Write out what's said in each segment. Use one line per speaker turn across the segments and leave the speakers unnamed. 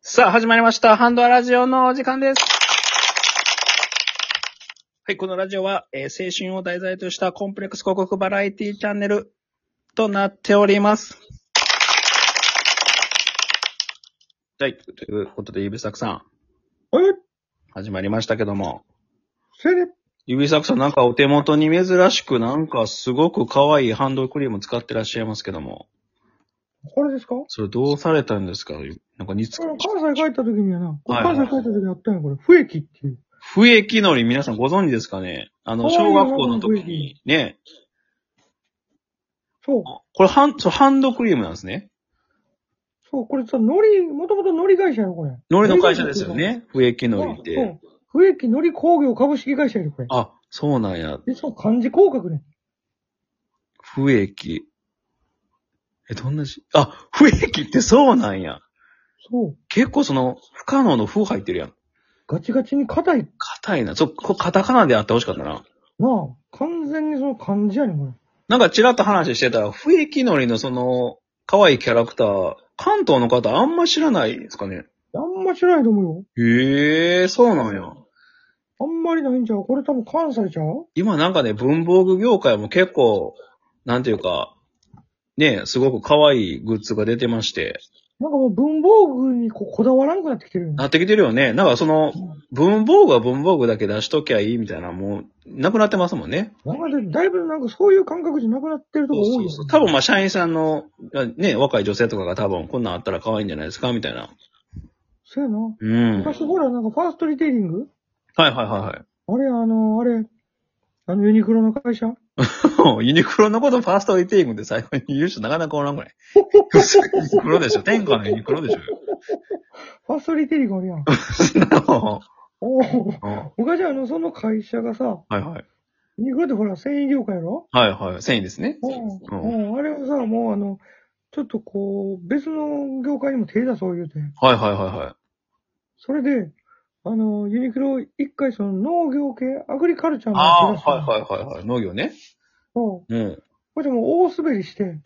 さあ、始まりました。ハンドアラジオのお時間です。はい、このラジオは、えー青春を題材としたコンプレックス広告バラエティチャンネルとなっております。はい、ということで、指作さん、
あれ
始まりましたけども、
それで、
指作さんなんかお手元に珍しく、なんかすごく可愛いハンドクリーム使ってらっしゃいますけども、
これですかこ
それどうされたんですかなんか似つか
れ関西帰った時にはな、これ
はいはい
関西帰った時にあったんや、これ。不液っていう。
不液のり皆さんご存知ですかねあの、
はい
小学校の時に、ね、
そう。
これハン、そう、ハンドクリームなんですね。
そう、これさ、ノリ、もともとノリ会社よ、これ。
海苔の会社ですよね。不液
海
海
苔
苔っ
会社。そ
て。
う。不液ノリ工業株式会社よ、これ。
あ、そうなんや。
で、その漢字広角ね。
不液。え、どんな字あ、不液ってそうなんや。
そう。
結構その、不可能の不入ってるやん。
ガチガチに硬い。
硬いな。そう、こカタカナであってほしかったな。
なあ、完全にその漢字やね、これ。
なんかちらっと話してたら、不液のりのその、可愛いキャラクター、関東の方あんま知らないですかね。
あんま知らないと思うよ。
へえ、そうなんや。
あんまりないんちゃうこれ多分関西ちゃう
今なんかね、文房具業界も結構、なんていうか、ね、すごく可愛いグッズが出てまして、
なんかもう文房具にここだわらんくなってきてるよね。
なってきてるよね。なんかその、文房具は文房具だけ出しときゃいいみたいな、もう、なくなってますもんね。
なんかで、だいぶなんかそういう感覚じゃなくなってるとこ多いよね、
多分まあ社員さんの、ね、若い女性とかが多分こんなんあったら可愛いんじゃないですかみたいな。
そうやな。
うん。はい
昔ほら、なんかファーストリテイリング
はいは
あれ、あの、あれ、あのユニクロの会社
いはい。ユ ニクロのことファーストリテイクンで最後に言う人なかなかおらんぐらい。ユニクロでしょ。天下のユニクロでし
ファーストリテイリングあるやん。
ょ。
お
う
お
ん
昔あの、その会社がさ、
はいはい。
ユニクロってほら、繊維業界やろ
はいはい。繊維ですね。
おう
うん
おうあれはさ、もうあの、ちょっとこう、別の業界にも手出そう言うて。
はいはいはいはい。
それで、あの、ユニクロ一回その農業系、アグリカルチャー
ああ、
の手出して。
はいはいはいはい。農業ね。
そう
うん。
これでもう大滑りして、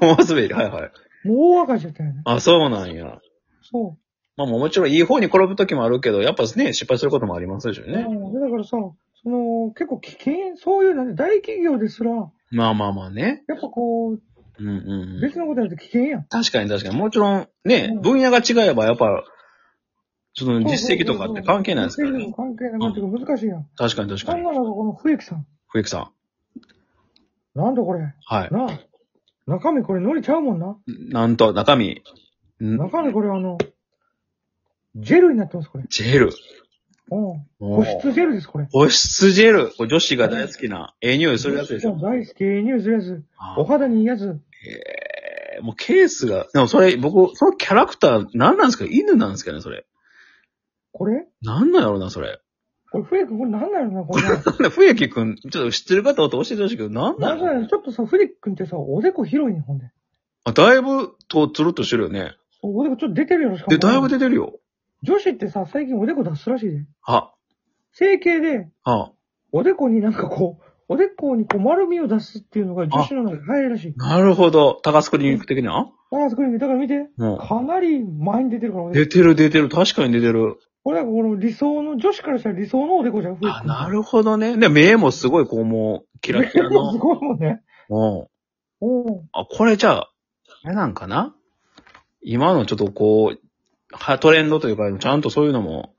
大滑り、はいはい。
もう大赤字やったよね。
あ、そうなんや。
そう。
まあもちろんいい方に転ぶ時もあるけど、やっぱね、失敗することもありますでしょうね。
うんだからさ、その、結構危険、そういうなんて大企業ですら、やっ
まあまあまあね。
ぱこう、
うんうんうん。
別のことやると危険やん。
確かに確かに。もちろん、ね
う、ん
分野が違えばやっぱ、ちょっと実績とかって関係ないですから
実績
ね。
とか関係なくっていうか難しいやん。
確かに確
そ
か
ん
に。
な中、この笛木さん。
ふゆきさん。
なんだこれ。な
はい。
あ。中身これノリちゃうもんな。
なんと、中身。ん
中身これあの、ジェルになってます、これ。
ジェル。
うん。
お
保
ー
湿ジェルです、これ。
保湿ジェル。これ女子が大好きな、ええ匂いするやつでしょ。
大好き、いい匂いするやつ。
あー
お肌にいいやつ。
えーもうケースが、でもそれ、僕、そのキャラクター、何なんですか犬なんですかね、それ。
これ
何なんやろうな、それ。
これ、笛木これなんなのな、これな。
なんで、冬木くん、ちょっと知ってる方は教えてほしいけど、何な
なんん
やろ
かちょっとさ、フリックンってさ、おでこ広いね、ほんで。
あ、だいぶ、と、つるっとしてるよね。
おでこちょっと出てるやろ、しかも。
で、だいぶ出てるよ。
女子ってさ、最近おでこ出すらしいで。
あ、
整形で、
あ、
おでこになんかこう、おでこにこう丸みを出すっていうのが女子の中で流行るらしい。
なるほど。高須クリニック的な
ああ、すごいね。だから見て。
うん。
かなり前に出てるから、俺。
出てる出てる。確かに出てる。
これなんかこの理想の、女子からしたら理想のおでこじゃん。
あ、な
る
るほどね。で、目もすごい、こう、もう、キラキラ
す
の。
ごいもんね。
うん。
おお。
あ、これじゃあ、あれなんかな今のちょっとこう、は、トレンドというか、ちゃんとそういうのも、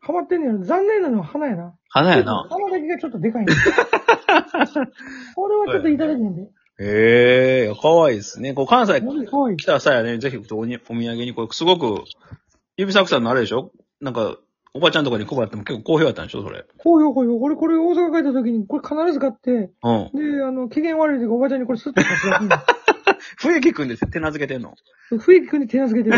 ハマってんねやろ。残念なのは花やな。
花やな。
花だけがちょっとで かいね。これはちょっといただけへんで。
ええいや可愛いですね。こう、関西
ほんで、かわいい
来。た際はね、ぜひおお土産に、これ、すごく、指作さんのあれでしょなんか、おばちゃんとかに配っても結構好評だったんでしょそれ。
こうよ、こうよ。俺、これ大阪帰った時に、これ必ず買って、
うん。
で、あの、機嫌悪い時おばちゃんにこれスッと貸すらしいんだ
冬木くんで手名付けてんの
冬木くんに手なずけ てる。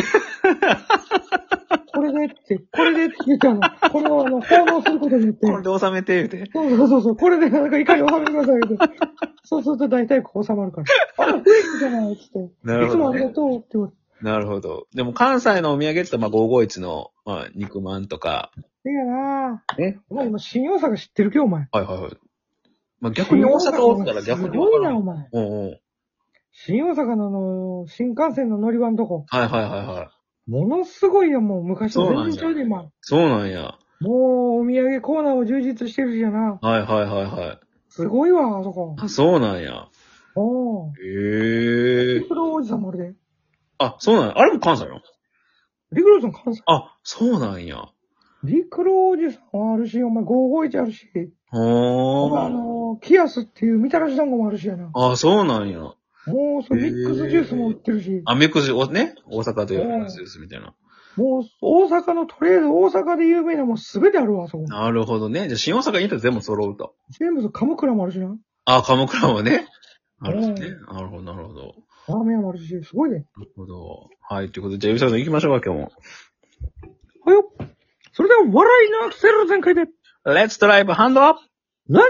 これでって、これでって言ったの。これをあの、奉納することによって。
これで収めて、言うて。
そうそうそうそう、これでなんか怒りを収めてください言うて。そうすると大体こう収まるから。あ、冬木じゃないっつって。い
なるほ
つも
ど
あり
ね、
がとうって言われて。
なるほど。でも関西のお土産って言ったら、まあ、551の、まあ、肉まんとか。
いいやなぁ。
ね。
お前今、新大阪知ってるけ、お前。
はいはいはい。まあ、逆に大阪おったら逆に
す
分
ごい
からん。
な、お前。
うんうん。
新大阪のあの、新幹線の乗り場のとこ。
はいはいはいはい。
ものすごいよ、もう昔と
そうなん
全然
じゃ
ちゃうで、今。
そうなんや。
もう、お土産コーナーも充実してるしやな。
はいはいはいはい。
すごいわ、あそこ。
あ、そうなんや。
お
へ
ー。
え
リ。クロおじさんもあるで。
あ、そうなんや。あれも関西の
リクロさん関西。
あ、そうなんや。
リクロおじさんはあるし、お前551あるし。
ほ
あ
ー。
のー、キアスっていうみたらし団子もあるしやな。も
あ、そうなんや。
う、それミックスジュースも売ってるし。
あ、ミックス、おね、大阪というミックスですみたいな。
もう、大阪の、とりあえず大阪で有名なもんすべてあるわ、あそこ。
なるほどね。じゃあ、新大阪に行ったら全部揃うと。
全部、鎌倉もあるしな。
あ、鎌倉もね。あるしね
う。
なるほど、なるほど。な
ラーメン屋もあるし、すごいね。
るほど。はい、ということで、じゃあ、ゆうさん行きましょうか、今日も。
はよそれでは、笑いのアクセル全開で、
Let's drive hand up!
ラジ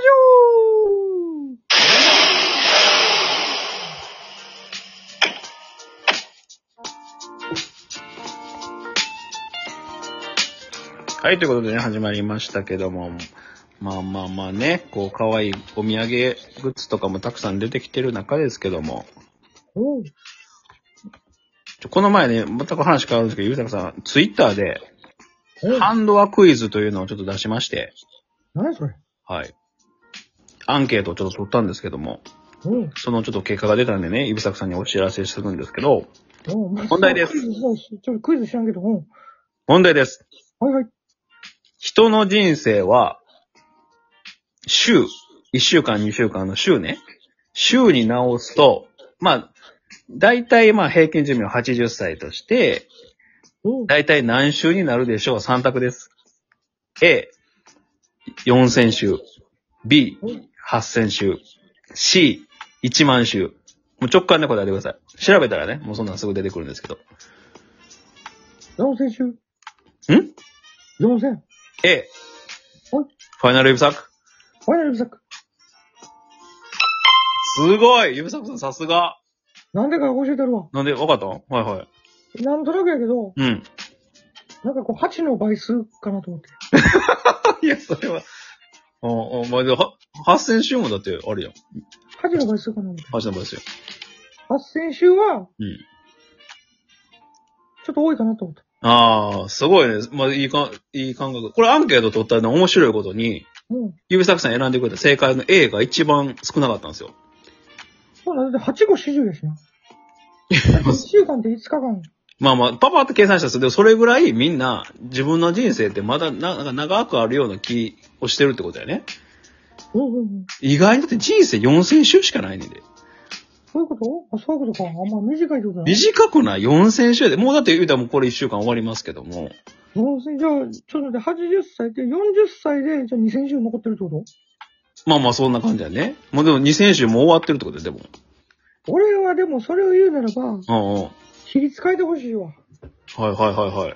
はい、ということでね、始まりましたけども。まあまあまあね、こう、可愛いお土産グッズとかもたくさん出てきてる中ですけども。
オおう
ちょこの前ね、全く話変わるんですけど、ゆうたかさん、ツイッターで、
おう
ハンドはクイズというのをちょっと出しまして、
何それ
はい。アンケートをちょっと取ったんですけども、
おう
そのちょっと結果が出たんでね、指作さんにお知らせするんですけど、
おう
問題です
クイズちょっとクイズ知らんけど、うん。
問題です。
はいはい。
人の人生は、週、1週間、2週間の週ね、週に直すと、まあ、大体まあ平均寿命80歳として、
おう
大体何週になるでしょう ?3 択です。A、4000週。B、8000週。C、1万週。もう直感で答えてください。調べたらね、もうそんなんすぐ出てくるんですけど。
4000週。
ん
?4000。
A、
おい
ファイナル指作。
ファイナルザック。
すごい指作さんさすが。
なんでか教えてるわ。
なんで、わかったはいはい。
なんとなくやけど、
うん。
なんかこう、8の倍数かなと思っ て。
いや、それは。おお前で、は8000週もだって、あるやん。
8の倍数かなと思って。
8000倍ですよ。
8000週は、
うん。
ちょっと多いかなと思って。
ああ、すごいね。まあ、いいか、いい感覚。これアンケート取ったらね、面白いことに、
うん。
指作さん選んでくれた正解の A が一番少なかったんですよ。
そうなんだ。だって8、5、40で すよ。1週間って5日間。
まあまあ、パパって計算したんですけど、それぐらいみんな自分の人生ってまだななんか長くあるような気をしてるってことだよね。
うんうんうん。
意外にだって人生4000週しかないねんで。
そういうことあ、そういうことか。あんま短いってことだ。
短くない4000週で。もうだって言うたらもうこれ1週間終わりますけども。
4000じゃあ、ちょっと待って、80歳で、40歳で、じゃあ2000週残ってるってこと
まあまあそんな感じだね。もうでも2000週もう終わってるってことだよ、でも。
俺はでもそれを言うならば、
うんうん。はい
比率変えてほしいわ。
はいはいは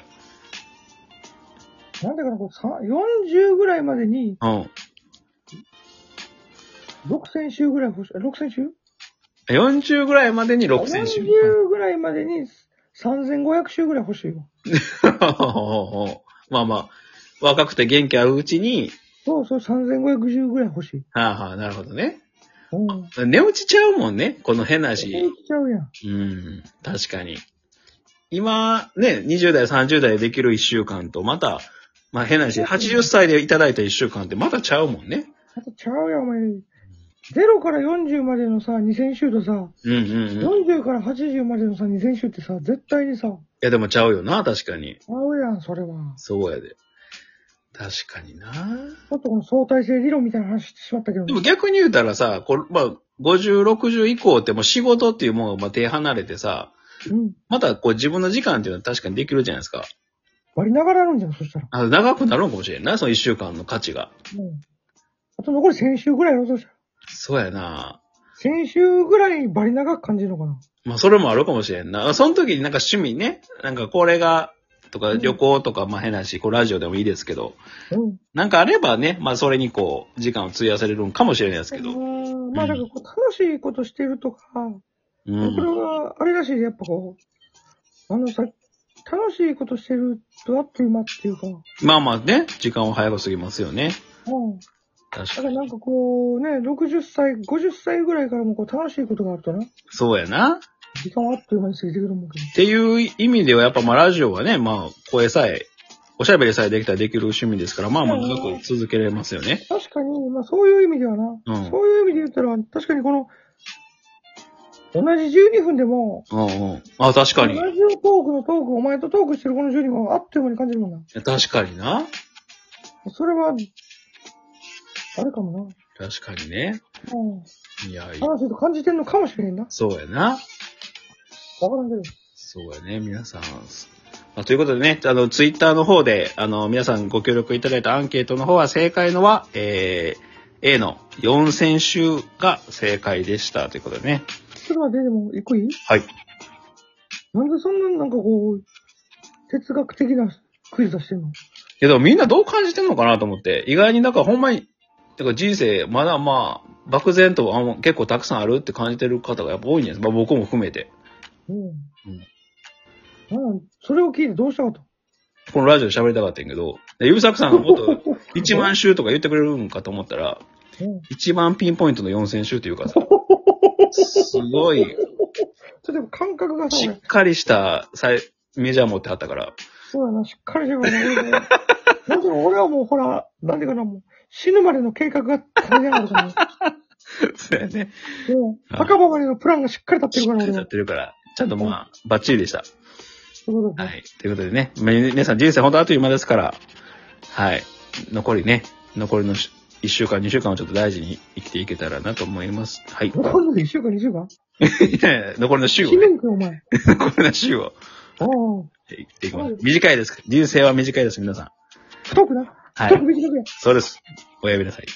い。
なんだかな、こうさ40ぐらいまでに
うん。
6000週ぐらい欲しい。6000週
40ぐらいまでに6000週。
?40 ぐらいまでに3500週ぐらい欲しいわ。
まあまあ、若くて元気あるうちに、
そうそう、3500週ぐらい欲しい。
はあはあ、なるほどね。
うん。
寝落ちちゃうもんね、この変な
言っ
し。
ちゃうやん。
うん、確かに。今、ね、20代、30代でできる1週間と、また、まあ変なし、80歳でいただいた1週間ってまたちゃうもんね。
あとちゃうやん、お前。0から40までのさ、2000週とさ、
うんうんうん。い
40から80までのさ、2000週ってさ、絶対にさ、
やでもちゃうよな、確かに。
合うやん、それは。
そうやで。確かにな。
ちょっとこの相対性理論みたいな話してしまったけど
で、も逆に言うたらさ、これ、まあ、50、60以降ってもう仕事っていうものがまあ手離れてさ、
うん。
またこう自分の時間っていうのは確かにできるじゃないですか。
割りながらあるんじゃん、そしたら。
あの長くなるのかもしれんな、その一週間の価値が。
うん。あと残り1000週ぐらいやろ、そしたら。
そうやな
1000週ぐらいバリ長く感じるのかな。
まあそれもあるかもしれんな。その時になんか趣味ね、なんかこれが、とか
うん
旅行とか、まあ変なし、こうラジオでもいいですけど、
うん。
なんかあればね、まあそれにこう、時間を費やされるんかもしれないですけど。
うんまあ、だからこう楽しいことしてるとか、
う
これ
ん。
は、あれらしいで、やっぱこう、あのさ、楽しいことしてるとあっという間っていうか、う
まあまあね、時間は早く過ぎますよね。
ん。
確
だ
か
から
に。
なんかこうね、60歳、50歳ぐらいからもこう楽しいことがあるとな。
そうやな。
時間はあっという間に過ぎてくるもんけど。
っていう意味では、やっぱまあラジオはね、まあ声さえ、おしゃべりさえできたらできる趣味ですから、まあまあ長く続けられますよね。
確かに、まあそういう意味ではな。
うん
そういう意味で言ったら、確かにこの、同じ12分でも、
うんうん。あ、確かに。
ラジオトークのトーク、お前とトークしてるこの12分はあっという間に感じるもんな。
確かにな。
それは、あれかもな。
確かにね。
うん。
いや、いや
話すと感じてんのかもしれんな。
そうやな。
わからんけど。
そうやね、皆さん。まあ、ということでね、あの、ツイッターの方で、あの、皆さんご協力いただいたアンケートの方は正解のは、えー、A の4000週が正解でしたということでね。
それはで、でも、一個いい
はい。
なんでそんな、なんかこう、哲学的なクイズ出してんの
けどみんなどう感じてんのかなと思って、意外になんかほんまに、てか人生まだまあ、漠然とあの結構たくさんあるって感じてる方がやっぱ多いんです。まあ僕も含めて。
うん。うん。それを聞いてどうしたかと。
このラジオで喋りたかったんやけど、でゆうさくさんの こと1万週とか言ってくれるんかと思ったら、
うん。
一番ピンポイントの4000周というかさ、すごい、
ちょっと感覚がさ、
し
俺
っかりしたさいメジャー持ってはったから、
そうだな、しっかりしてるか らね。なんで俺はもうほら、なんでかな、もう死ぬまでの計画が立てながらさ、
そうやね。
もう、墓場までのプランがしっかり立って
し
る
っ
か
からり
俺
や
は
っ。てるから、ちゃんとまあ、バッチリでした。
そういうことで
はい。ということでね、み皆さん人生ほんとあっという間ですから、はい。残りね、残りのし1週間、2週間をちょっと大事に生きていけたらなと思います。はい。 い
残りの1週間、2週間
やいや残りの 週を
死
ね、
ねんかよ、お前。
残りの週を
ああ。
生きていきます。短いです。人生は短いです、皆さん。
太くな。
は
太く
い。
短くや。
そうです。おやめなさい。